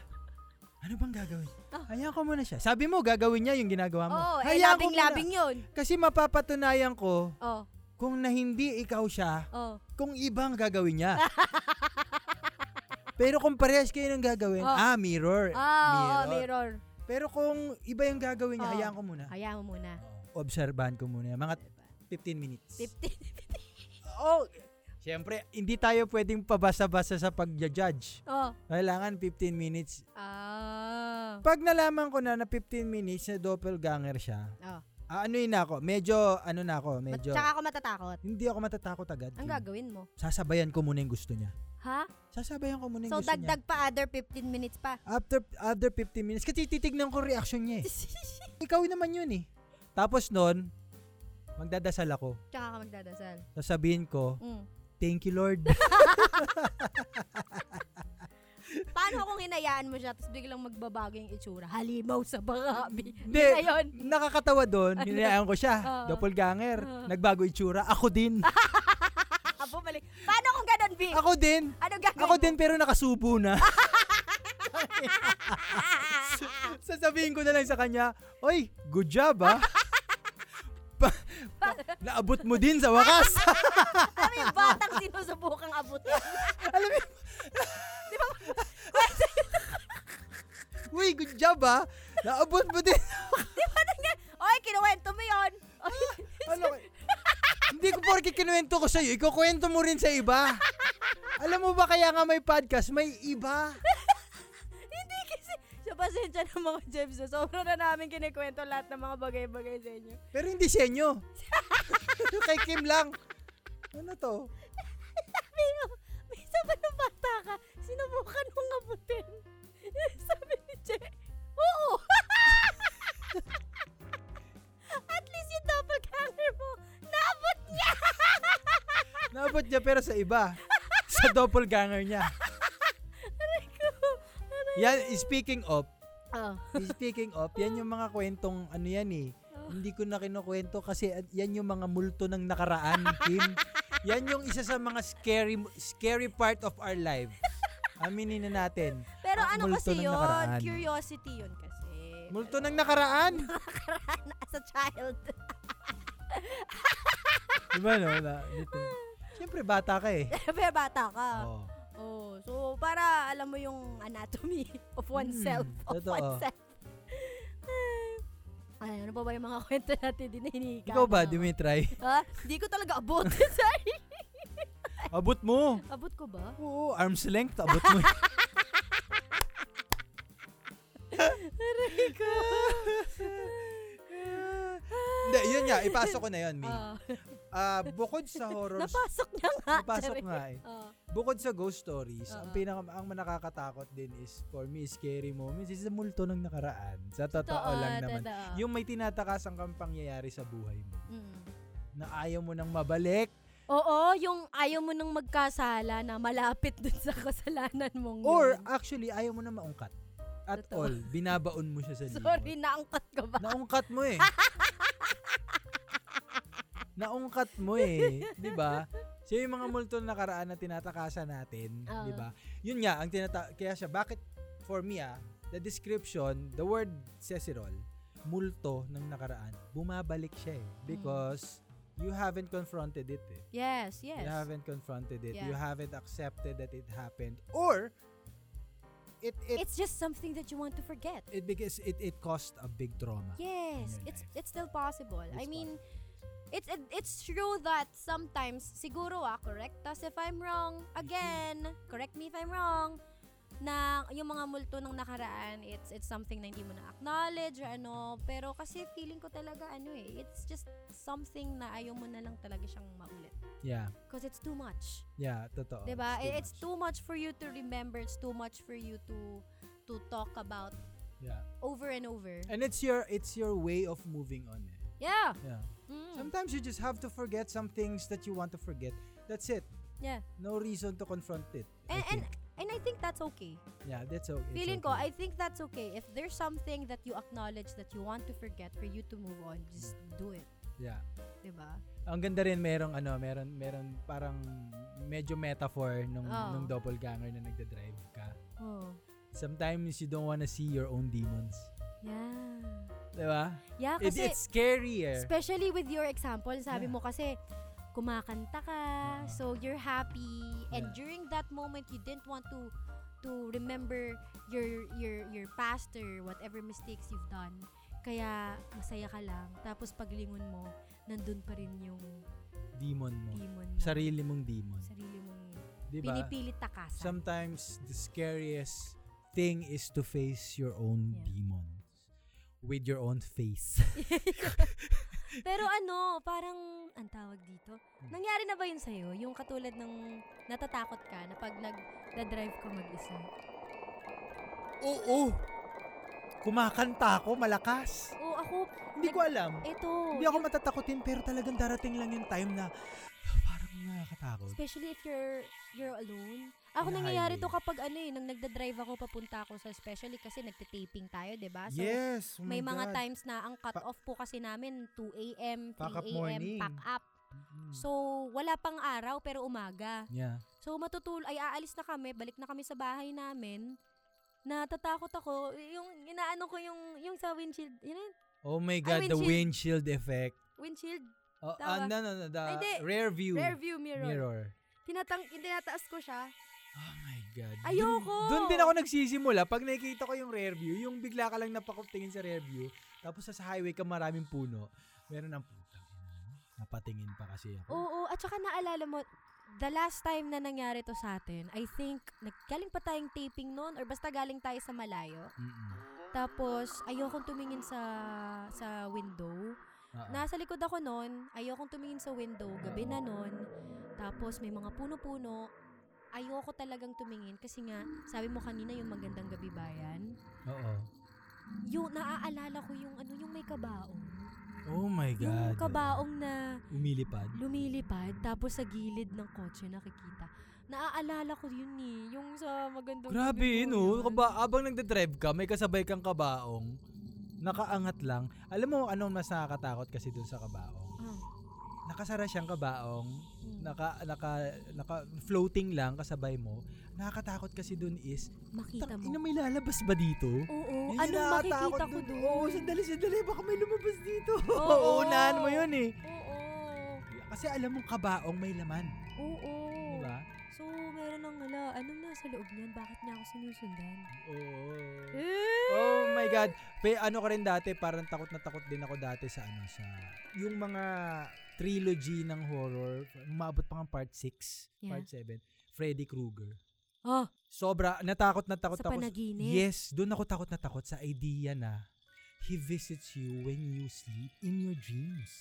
C: Ano bang gagawin?
B: Ah.
C: Hayaan ko muna siya. Sabi mo, gagawin niya yung ginagawa mo.
B: Oo, eh,
C: Hayaan ko muna.
B: labing-labing yun. Oh,
C: Kasi mapapatunayan ko
B: Oo,
C: kung na hindi ikaw siya,
B: oo.
C: kung ibang gagawin
B: [laughs]
C: niya. Pero kung parehas kayo ng gagawin,
B: Oh.
C: ah, mirror.
B: Ah, Oo, mirror.
C: Pero kung iba yung gagawin niya,
B: Oh.
C: hayaan ko muna.
B: Hayaan mo muna.
C: Obserbahan ko muna. Mga
B: Diba?
C: 15 minutes.
B: [laughs] 15.
C: Oh, Siyempre, hindi tayo pwedeng pabasa-basa sa pag-judge.
B: Oo.
C: Kailangan 15 minutes.
B: Ah.
C: Pag nalaman ko na na 15 minutes na doppelganger siya,
B: Oh.
C: ah, ano yun na ako? Medyo, ano na ako?
B: Mat-
C: Medyo,
B: tsaka ako matatakot.
C: hindi ako matatakot agad.
B: Ang
C: Kim.
B: gagawin mo?
C: Sasabayan ko muna yung gusto niya.
B: Ha?
C: Sasabayan ko muna yung
B: So,
C: gusto niya.
B: dagdag pa other 15 minutes pa. [laughs]
C: After other 15 minutes, kasi titignan ko reaction niya eh. Ikaw naman yun eh. Tapos nun, magdadasal ako.
B: tsaka ka magdadasal.
C: Sasabihin ko,
B: Mm.
C: thank you Lord.
B: Paano kung hinayaan mo siya tapos biglang magbabago yung itsura? Halimaw sa bangami.
C: Hindi,
B: Na yun. [laughs]
C: nakakatawa doon.
B: Ano?
C: Hinayaan ko siya.
B: Oo.
C: Doppelganger.
B: Oo.
C: Nagbago itsura. Ako din.
B: Ah, bumalik. Paano kung ganun, B?
C: ako din.
B: ano gagawin
C: Ako
B: mo?
C: din pero nakasubo na.
B: [laughs]
C: Sasabihin ko na lang sa kanya, Oy, good job
B: [laughs]
C: ah. Pa- pa- naabot mo din sa wakas. [laughs]
B: Alam mo Ano yung batang sinusubukang [laughs] abutin.
C: Alam mo, Uy, good job ah. Naabot mo din.
B: Oy, kinuwento mo yun. Oy,
C: ano, ka- hindi ko porke kinuwento ko sa'yo, ikukwento mo rin sa iba. Alam mo ba kaya nga may podcast, may iba.
B: [laughs] hindi kasi. Sa pasensya ng mga Jebs, so, sobrang na namin kinikwento lahat ng mga bagay-bagay sa inyo.
C: Pero hindi sa inyo. [laughs] Kay Kim lang. Ano to?
B: Sabi niyo, may isa ba ng bata ka? Sinubukan mong abutin. [laughs] Sabi ni Che, oo. [laughs] At least yung doppelganger mo, naabot niya. [laughs]
C: Naabot niya pero sa iba. Sa doppelganger niya.
B: Aray ko. Aray.
C: Yan, speaking of,
B: Oh.
C: speaking of, yan yung mga kwentong ano yan eh. Hindi ko na kinukwento kasi at- yan yung mga multo ng nakaraan, Kim. Yan yung isa sa mga scary scary part of our life. Aminin na natin.
B: Pero
C: Ang
B: ano
C: Ah, multo
B: kasi
C: ng
B: yun,
C: nakaraan.
B: curiosity yun kasi.
C: Multo ng nakaraan.
B: Nakaraan [laughs] as a child. [laughs]
C: Diba no? Na, dito. Siyempre, bata ka eh.
B: Pero bata ka.
C: Oo.
B: Oh, so para alam mo yung anatomy [laughs] of oneself,
C: Mm,
B: of
C: totoo.
B: oneself. [laughs] Ay, ano pa ba yung mga [laughs] kwento natin din na hinihiga
C: Ikaw ba,
B: na ako?
C: Dimitri?
B: Ha? Di ko talaga abot. [laughs] Sorry.
C: [laughs] Abot mo.
B: Abot ko ba?
C: Oo, arm's length, abot mo.
B: Aray
C: [laughs]
B: ko.
C: [laughs] Hindi, yun nga, ipasok ko na yun, May.
B: Ah,
C: Ah, bukod sa horror,
B: napasok niya nga.
C: napasok
B: Sorry.
C: nga eh.
B: Ah,
C: Bukod sa ghost stories, ang
B: Oo.
C: pinaka ang nakakatakot din is for me scary moments is sa multo ng nakaraan. Sa totoo lang naman.
B: totoo.
C: Yung may tinatakasan kang pangyayari sa buhay mo
B: Mm.
C: na ayaw mo nang mabalik
B: Oo, yung ayaw mo nang magkasala na malapit dun sa kasalanan mong
C: or
B: yun.
C: actually ayaw mo nang maungkat at
B: Mm. Totoo.
C: all. Binabaon mo
B: [laughs]
C: siya sa limot.
B: Sorry, naangkat ka ba?
C: Naungkat mo eh. Naungkat mo eh, 'di ba? So yung mga multo na nakaraan na tinatakasan natin,
B: Oo.
C: 'di ba? Yun nga ang tinata kaya siya bakit for me ah, the description, the word says it all. multo ng nakaraan, bumabalik siya eh.
B: Hmm.
C: Because you haven't confronted it eh.
B: Yes, yes.
C: You haven't confronted it. You
B: Yeah.
C: haven't accepted that it happened. Or, it, it,
B: it's just something that you want to forget.
C: it, because it, it caused a big trauma.
B: Yes,
C: your
B: it's
C: life.
B: it's still possible.
C: It's
B: I mean, it's it, it's true that sometimes siguro ah, correct us if I'm wrong. Again, correct me if I'm wrong. Na yung mga multo ng nakaraan, it's it's something na hindi mo na acknowledge or ano, pero kasi feeling ko talaga ano eh, it's just something na ayaw mo na lang talaga siyang maulit.
C: Yeah.
B: Cause it's too much.
C: Yeah, totoo.
B: 'Di ba? I- Oh, Diba? It's
C: much.
B: too much for you to remember, it's too much for you to to talk about
C: Yeah.
B: over and over.
C: And it's your it's your way of moving on. Eh.
B: Yeah.
C: Yeah.
B: Mm.
C: Sometimes you just have to forget some things that you want to forget. That's it.
B: Yeah.
C: No reason to confront it. I
B: And, and
C: think.
B: and I think that's okay.
C: yeah, that's okay. it's
B: Feeling ko,
C: okay.
B: I think that's okay. If there's something that you acknowledge that you want to forget for you to move on, just do it.
C: Yeah.
B: Diba?
C: Ang ganda rin merong ano, meron meron parang medyo metaphor nung
B: Oo.
C: nung doppelganger na nagda-drive ka.
B: Oh.
C: Sometimes you don't wanna see your own demons.
B: Yeah.
C: 'Di ba?
B: Yeah,
C: It,
B: Ah, kasi,
C: it's eh. scarier.
B: especially with your example, sabi
C: Yeah.
B: mo kasi, kumakanta ka,
C: Ah.
B: so you're happy, and
C: Yeah.
B: during that moment, you didn't want to to remember your your your past or whatever mistakes you've done. Kaya masaya ka lang. Tapos paglingon mo, nandun pa rin yung
C: demon mo.
B: demon na
C: Sarili mong demon. Diba?
B: sarili mong
C: 'Di ba?
B: Pinipilit takasan.
C: sometimes the scariest thing is to face your own
B: Yeah.
C: demons with your own face. [laughs]
B: Pero ano, parang, ang tawag dito, nangyari na ba yun sa'yo? Yung katulad ng natatakot ka na pag nag-drive ka mag-isa.
C: Oo. Kumakanta ako malakas.
B: Oo, ako,
C: Hindi ko alam.
B: ito.
C: Hindi ako matatakotin pero talagang darating lang yung time na parang nakakatakot.
B: Especially if you're you're alone. Ako
C: Yeah,
B: nangyayari
C: highway.
B: to kapag ano eh, nang nagda-drive ako papunta ako sa especially kasi nagte-taping tayo, 'di ba? Ah, So
C: yes. oh my
B: may mga
C: God.
B: times na ang cut
C: Pa-
B: off po kasi namin 2 a.m., 3
C: Pack up
B: a.m.,
C: morning.
B: pack up.
C: Mhm.
B: So wala pang araw pero umaga.
C: yeah.
B: So matutul ay aalis na kami, balik na kami sa bahay namin. Natatakot ako, yung inaano ko yung yung sa windshield, yun yun,
C: Oh my God, the windshield effect.
B: windshield
C: Oh, ah,
B: Tawa.
C: no, no, no, the
B: Ay, di.
C: rear view
B: rear view mirror.
C: mirror.
B: Tinatang tinataas ko siya.
C: Oh my God.
B: Ayoko!
C: Doon din ako nagsisimula. Pag nakikita ko yung rear view, yung bigla ka lang napakuptingin sa rear view, tapos sa highway ka maraming puno, meron ang putang ina, napatingin pa kasi ako.
B: Oo, at saka naalala mo the last time na nangyari to sa atin, I think naggaling pa tayong taping noon or basta galing tayo sa malayo.
C: Mm-mm.
B: Tapos ayokong tumingin sa sa window.
C: Ah, ah.
B: Nasa likod ako noon, ayokong tumingin sa window, gabi na noon. Tapos may mga puno-puno. Ayoko talagang tumingin kasi nga, sabi mo kanina yung magandang gabi bayan.
C: Oo.
B: Yung naaalala ko yung ano, yung may kabaong.
C: Oh my God.
B: Yung kabaong na
C: Umilipad.
B: lumilipad tapos sa gilid ng kotse nakikita. Naaalala ko yun eh, yung sa magandang
C: Grabe, eh,
B: gabi po
C: no?
B: yun.
C: Kaba, abang nagda-drive ka, may kasabay kang kabaong. Nakaangat lang. Alam mo, anong mas nakakatakot kasi dun sa kabaong?
B: Ah,
C: Nakasara siyang kabaong,
B: mm.
C: naka, naka, naka, floating lang kasabay mo. Nakakatakot kasi dun is,
B: makita
C: Tang,
B: mo.
C: ina, may lalabas ba dito? Yun
B: Oo,
C: yung
B: anong
C: nakakatakot
B: makikita ko
C: dun.
B: doon?
C: Oo, sandali, sandali. Baka may lumabas dito. [laughs]
B: Oo.
C: Uunahan mo yun eh.
B: Oo.
C: Kasi alam mo, kabaong may laman.
B: Oo.
C: Di ba?
B: So, meron ng hala, anong nasa loob niyan? Bakit niya ako sinusundan?
C: Oo.
B: Eh?
C: Oh my God. Pe, ano ka rin dati, parang takot na takot din ako dati sa ano, sa yung mga trilogy ng horror. Umabot pa nga part 6,
B: Yeah.
C: part 7. Freddy Krueger.
B: Ah,
C: Sobra, natakot na takot
B: sa
C: ako.
B: panaginip.
C: Yes, doon ako takot na takot sa idea na he visits you when you sleep in your dreams.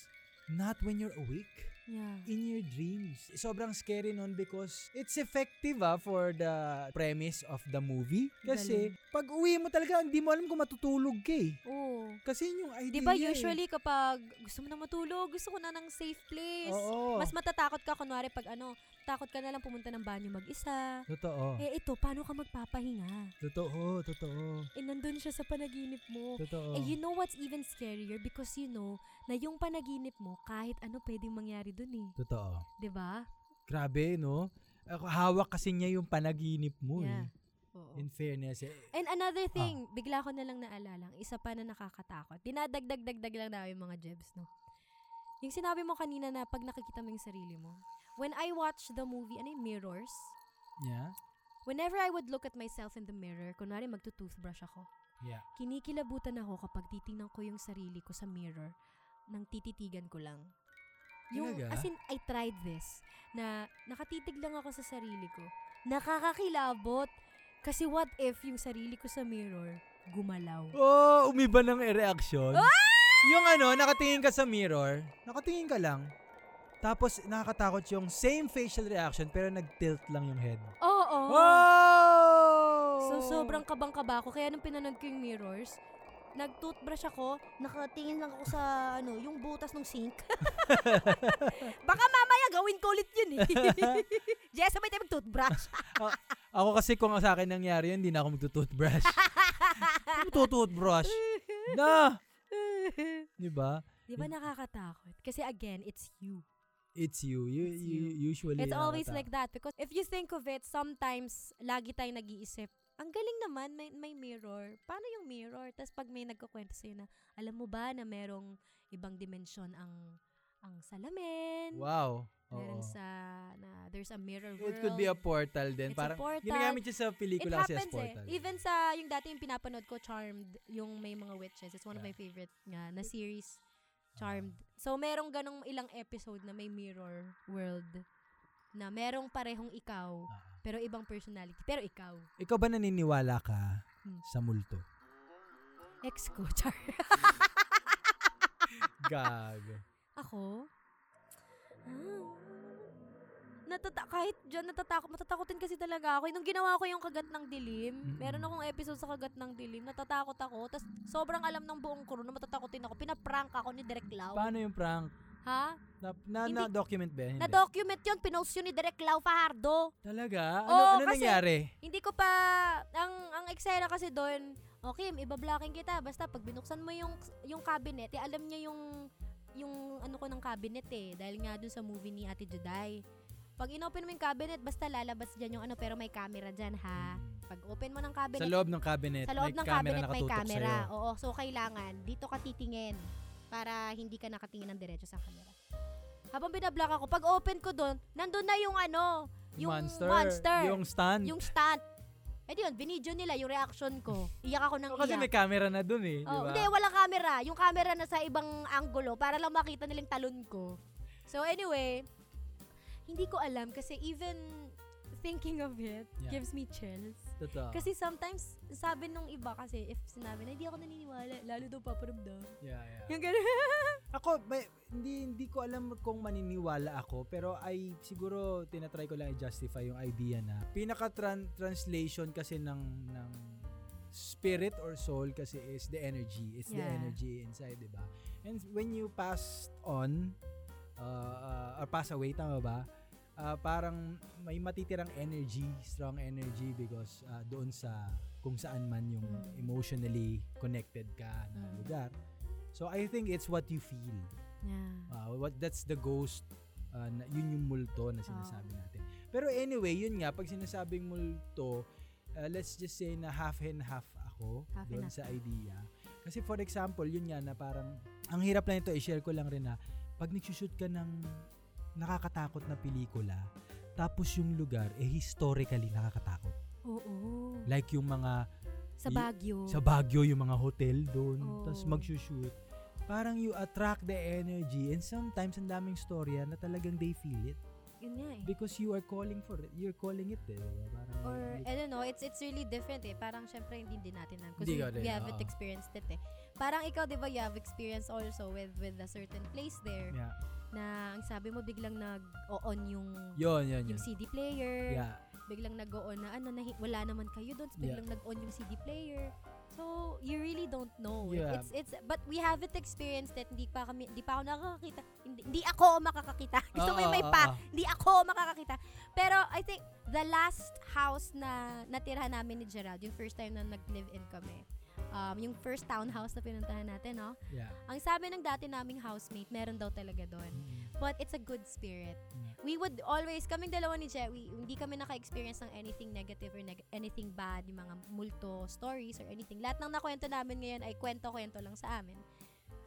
C: Not when you're awake.
B: Yeah.
C: In your dreams. Sobrang scary nun because it's effective ah, for the premise of the movie. Kasi pag uwi mo talaga, hindi mo alam kung matutulog ka eh.
B: Oo.
C: Kasi yun yung idea
B: Di ba
C: eh.
B: usually kapag gusto mo na matulog, gusto ko na ng safe place.
C: Oo.
B: Mas matatakot ka kunwari pag ano, takot ka na lang pumunta ng banyo mag-isa.
C: totoo.
B: Eh ito, paano ka magpapahinga?
C: Totoo, totoo,
B: Eh nandun siya sa panaginip mo.
C: totoo.
B: Eh you know what's even scarier because you know na yung panaginip mo kahit ano pwedeng mangyari dun eh.
C: Totoo.
B: 'Di ba?
C: Grabe, no? Ako, Hawak kasi niya yung panaginip mo
B: Yeah.
C: eh.
B: Oo.
C: In fairness, eh,
B: And another thing, bigla ko na lang naalala, ang isa pa na nakakatakot. Dinadagdag-dagdag lang namin mga jebs, no? Yung sinabi mo kanina na pag nakikita mo yung sarili mo, when I watch the movie, ano yung Mirrors?
C: yeah.
B: Whenever I would look at myself in the mirror, kunwari magto-toothbrush ako,
C: Yeah.
B: kinikilabutan ako kapag titingnan ko yung sarili ko sa mirror nang tititigan ko lang. Yung,
C: Talaga?
B: as in, I tried this. Na nakatitig lang ako sa sarili ko. Nakakakilabot. Kasi what if yung sarili ko sa mirror gumalaw?
C: Oh, umiba ng reaction.
B: Ah!
C: Yung ano, nakatingin ka sa mirror, nakatingin ka lang. Tapos nakakatakot yung same facial reaction pero nag-tilt lang yung head.
B: Oo.
C: Oh!
B: So, sobrang kabang-kaba ako. Kaya nung pinanood ko yung mirrors, nag-toothbrush ako, nakatingin lang ako sa, ano, yung butas ng sink. Baka mamaya gawin ko ulit yun eh. Jessa, may tayo mag-toothbrush.
C: Ako kasi kung sa akin nangyari yun, hindi na ako
B: [laughs]
C: magto-toothbrush. Magto-toothbrush. [laughs] Na! Di ba?
B: Di ba nakakatakot? Kasi again, it's you.
C: It's you. You,
B: It's
C: you. usually ano
B: It's always
C: nakakata-
B: like that. Because if you think of it, sometimes, lagi tayong nag-iisip, ang galing naman, may, may mirror. Paano yung mirror? Tapos pag may nagkukwento sa'yo na, alam mo ba na merong ibang dimensyon ang ang salamin?
C: Wow. Oo.
B: Meron sa, na, there's a mirror world.
C: It could be a portal din.
B: It's a
C: Parang
B: portal.
C: ginagamit siya sa
B: It
C: pelikula kasi as
B: happens eh.
C: portal.
B: Even sa, yung dati yung pinapanood ko, Charmed, yung may mga witches. It's one of my favorite nga, na series. Charmed. So, merong ganong ilang episode na may mirror world na merong parehong ikaw, pero ibang personality. Pero ikaw.
C: Ikaw ba naniniwala ka
B: Hmm.
C: sa multo?
B: Ex ko, [laughs] Char.
C: Gago.
B: Ako? Ah. Natata kahit dyan natatakot, matatakotin kasi talaga ako. Eh, Nung ginawa ko yung kagat ng dilim,
C: Mm-mm.
B: meron akong episode sa kagat ng dilim, natatakot ako. Tapos sobrang alam ng buong crew na matatakotin ako. Pinaprank ako ni Derek Lau.
C: Paano yung prank?
B: ha?
C: Na, na,
B: Hindi-
C: document ba? yan? Hindi.
B: Na-document yun, pinost yun ni Derek Lau Fajardo.
C: Talaga? Ano,
B: Oo,
C: ano
B: kasi-
C: nangyari?
B: Hindi ko pa, ang, ang eksena kasi doon, okay, ibablocking kita. Basta pag binuksan mo yung, yung cabinet, eh, alam niya yung, yung ano ko ng cabinet eh. Dahil nga doon sa movie ni Ate Juday. Pag inopen mo yung cabinet, basta lalabas dyan yung ano, pero may camera dyan ha. Pag open mo ng cabinet,
C: Sa loob ng cabinet.
B: sa loob
C: may
B: ng
C: camera
B: cabinet may
C: nakatutok
B: camera. Oh,
C: sa'yo.
B: Oo, so kailangan dito ka titingin para hindi ka nakatingin ng diretso sa camera. Habang binablock ako, pag open ko doon, nandun na yung ano, yung
C: monster,
B: monster,
C: Yung stand.
B: yung stunt. Eh di yun, binidyo nila yung reaction ko. Iyak ako ng
C: Oh, kasi
B: iyak.
C: may camera na dun eh. di
B: Oh,
C: ba?
B: Hindi, walang camera. Yung camera na sa ibang angulo para lang makita nila yung talon ko. So anyway, hindi ko alam kasi even thinking of it
C: Yeah. Ah.
B: gives me chills.
C: Totoo.
B: Kasi sometimes, sabi nung iba kasi, if sinabi na, hindi ako naniniwala, lalo daw paparamdam.
C: yeah, yeah.
B: Yung
C: [laughs]
B: gano'n.
C: Ako, may, hindi, hindi ko alam kung maniniwala ako, pero ay siguro tinatry ko lang i-justify yung idea na pinaka-translation kasi ng, ng spirit or soul kasi is the energy. It's the
B: Yeah.
C: energy inside, di ba? And when you pass on, uh, uh, or pass away, tama ba? Ah, parang may matitirang energy, strong energy because ah, doon sa kung saan man yung
B: Mm.
C: emotionally connected ka na
B: Mm.
C: lugar. So I think it's what you feel.
B: Yeah.
C: Ah, what that's the ghost ah, na, yun yung multo na
B: Ah.
C: sinasabi natin. Pero anyway, yun nga pag sinasabing multo, ah, let's just say na half and half ako
B: Half and
C: doon
B: half
C: sa idea. Kasi for example, yun nga na parang ang hirap lang ito i-share ko lang rin na pag nagsushoot ka ng nakakatakot na pelikula, tapos yung lugar eh historically nakakatakot.
B: Oo.
C: Like yung mga
B: Sa
C: Y-
B: Baguio.
C: sa Baguio yung mga hotel doon,
B: Oo.
C: tapos magsushoot. Parang you attract the energy and sometimes ang daming storya na talagang they feel it
B: Yun nga eh.
C: because you are calling for it. You're calling it eh. diba? Parang
B: Or,
C: you-
B: I don't know, it's, it's really different eh. Parang syempre hindi din natin alam.
C: Hindi
B: Kasi
C: ka
B: we
C: din,
B: haven't
C: oo.
B: experienced it eh. Parang ikaw, di ba, you have experience also with with a certain place there
C: yeah.
B: na ang sabi mo biglang nag-on yung,
C: Yun, yun, yun.
B: yung CD player.
C: Yeah.
B: biglang nag-on na ano, nahi- wala naman kayo doon,
C: Yeah.
B: biglang nag-on yung CD player. So, you really don't know.
C: Yeah.
B: It's it's but we haven't experienced it. Hindi pa kami hindi pa ako nakakakita. Hindi, hindi ako makakakita. [laughs] Gusto ko
C: Oo,
B: yung may
C: oo,
B: pa.
C: oo.
B: Hindi ako makakakita. Pero I think the last house na natira namin ni Gerald, yung first time na nag-live in kami. um, yung first townhouse na pinuntahan natin, no?
C: Yeah.
B: Ang sabi ng dati naming housemate, meron daw talaga doon. But it's a good spirit. We would always, kaming dalawa ni Je, we, hindi kami naka-experience ng anything negative or neg- anything bad, yung mga multo stories or anything. Lahat ng nakwento namin ngayon ay kwento-kwento lang sa amin.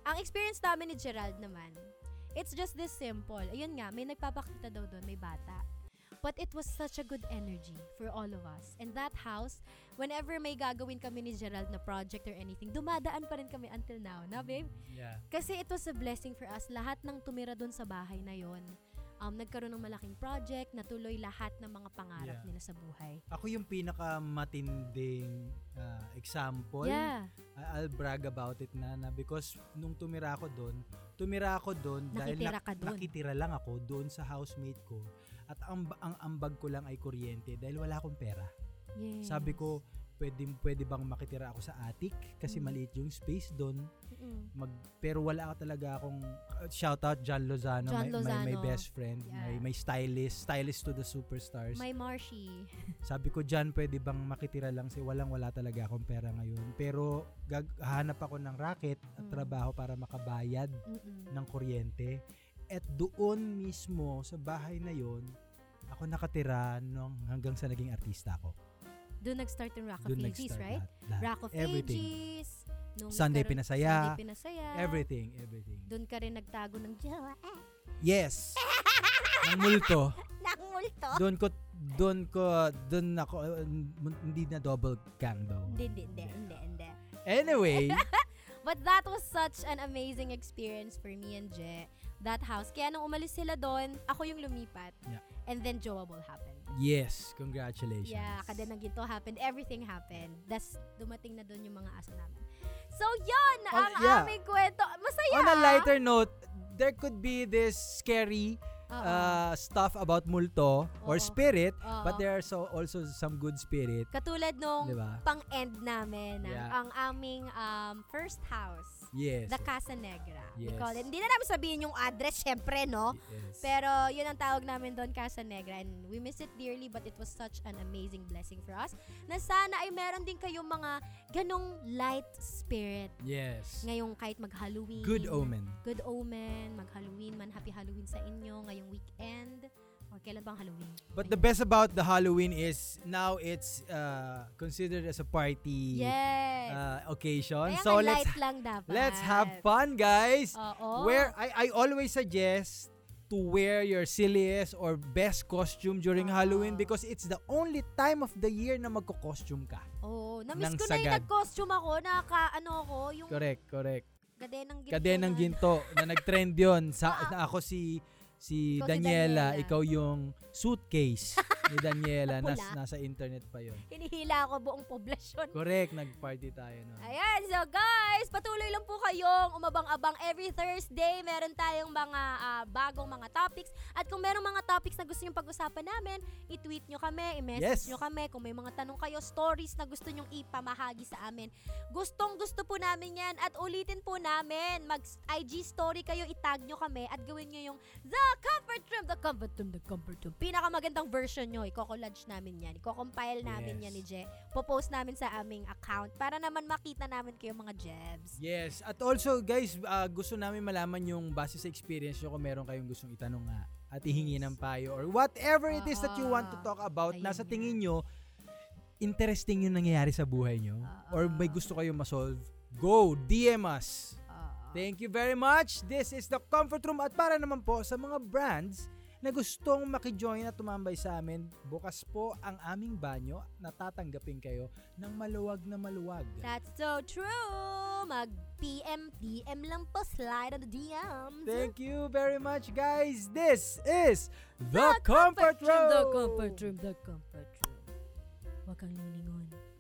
B: Ang experience namin ni Gerald naman, it's just this simple. Ayun nga, may nagpapakita daw doon, may bata. But it was such a good energy for all of us. And that house, whenever may gagawin kami ni Gerald na project or anything, dumadaan pa rin kami until now. Na, babe?
C: Yeah.
B: Kasi it was a blessing for us. Lahat ng tumira doon sa bahay na yon, um, nagkaroon ng malaking project, natuloy lahat ng mga pangarap
C: Yeah.
B: nila sa buhay.
C: Ako yung pinakamatinding ah, example.
B: yeah.
C: I- I'll brag about it na, na because nung tumira ako doon, tumira ako doon dahil
B: Nakitira ka doon.
C: nakitira lang ako doon sa housemate ko at ang, ang ambag ko lang ay kuryente dahil wala akong pera.
B: Yes.
C: Sabi ko, pwede, pwede bang makitira ako sa attic kasi
B: Mm.
C: maliit yung space doon.
B: Mm-mm.
C: Mag, pero wala ako talaga akong shoutout John Lozano,
B: John
C: my, my- my
B: Lozano.
C: best friend,
B: Yeah.
C: my, my stylist, stylist to the superstars.
B: My Marshy.
C: Sabi ko, Jan, pwede bang makitira lang si walang wala talaga akong pera ngayon. Pero gag- hahanap ako ng racket at
B: Mm.
C: trabaho para makabayad
B: Mm-mm.
C: ng kuryente. At doon mismo sa bahay na yon, ako nakatira nung hanggang sa naging artista ako.
B: Doon nag-start yung Rock of
C: Doon
B: Ages,
C: nag-start
B: right?
C: lahat. lahat.
B: Rock of
C: everything.
B: Ages. Nung
C: Sunday
B: nagkaroon-
C: Pinasaya,
B: Sunday Pinasaya.
C: Everything, everything.
B: Doon ka rin nagtago ng [laughs] jowa. Eh, [laughs]
C: Yes. ng multo.
B: ng multo.
C: Doon ko doon ko doon ako uh, hindi na double gang daw.
B: Hindi, hindi, hindi, hindi, hindi.
C: Anyway,
B: But that was such an amazing experience for me and Je. That house. Kaya nung umalis sila doon, ako yung lumipat.
C: Yeah.
B: And then Joable happened.
C: yes, congratulations.
B: Yeah, kada ng ginto happened, everything happened. Das dumating na doon yung mga aso namin. So yun,
C: On-
B: ang
C: Oh, yeah.
B: aming kwento. Masaya!
C: On a lighter note, there could be this scary
B: Oo.
C: uh, stuff about multo or
B: Oo.
C: spirit,
B: Oo.
C: but there are so also some good spirit,
B: Katulad nung
C: 'di ba?
B: pang-end namin, ang-
C: Diba? Yeah.
B: ang aming um, first house,
C: Yes.
B: the Casa Negra. We
C: Yes.
B: call it. Hindi na namin sabihin yung address, syempre, no?
C: Yes.
B: Pero yun ang tawag namin doon, Casa Negra. And we miss it dearly, but it was such an amazing blessing for us. Na sana ay meron din kayong mga ganong light spirit
C: yes.
B: ngayong kahit mag-Halloween.
C: Good omen.
B: Good Omen, mag-Halloween man, happy Halloween sa inyo ngayong weekend. Or kailan bang Halloween?
C: But the best about the Halloween is now it's uh, considered as a party
B: Yes!
C: uh, occasion.
B: Kaya
C: so
B: nga
C: let's
B: light lang dapat.
C: let's have fun, guys.
B: Oo.
C: Where I I always suggest to wear your silliest or best costume during
B: Oo.
C: Halloween because it's the only time of the year na magko-costume ka.
B: Oo.
C: ng
B: Namiss ko na yung
C: sagad.
B: nag-costume ako, naka ano ako, yung
C: Correct, correct.
B: gadenang ginto.
C: Kadenang
B: na-
C: ginto na nag-trend 'yon sa [laughs] na ako si si
B: Ikaw
C: Daniela,
B: si Daniela.
C: ikaw yung suitcase ni [laughs] Daniela nas,
B: Pula.
C: nasa internet pa 'yon.
B: Hinihila ako buong poblasyon.
C: Correct, nag-party tayo noon.
B: Ayan, so guys, patuloy lang po kayong umabang-abang every Thursday. Meron tayong mga ah, bagong mga topics. At kung merong mga topics na gusto nyo pag-usapan namin, i-tweet nyo kami, i-message
C: Yes.
B: nyo kami. Kung may mga tanong kayo, stories na gusto nyong ipamahagi sa amin. Gustong gusto po namin yan. At ulitin po namin, mag-IG story kayo, itag nyo kami at gawin nyo yung The Comfort Room, The Comfort Room, The Comfort Room. Pinakamagandang version nyo, iko-collage namin yan. Iko-compile namin
C: Yes.
B: yan ni Je popost namin sa aming account para naman makita namin kayo mga jebs.
C: Yes, at also guys, ah, gusto namin malaman yung base sa experience nyo kung meron kayong gustong itanong nga at ihingi ng payo or whatever it is that you want to talk about
B: Ah, Ayun
C: na sa
B: nga.
C: tingin nyo, interesting yung nangyayari sa buhay nyo
B: Ah,
C: or may
B: ah.
C: gusto kayong masolve, go DM us!
B: Oo.
C: Thank you very much! This is The Comfort Room at para naman po sa mga brands na gustong makijoin at tumambay sa amin, bukas po ang aming banyo na tatanggapin kayo ng maluwag na maluwag.
B: That's so true! Mag-PM, DM lang po, slide on the DMs.
C: Thank you very much, guys. This is The,
B: Comfort
C: Comfort Room.
B: Room, The comfort room, the comfort room. Huwag kang lumingon.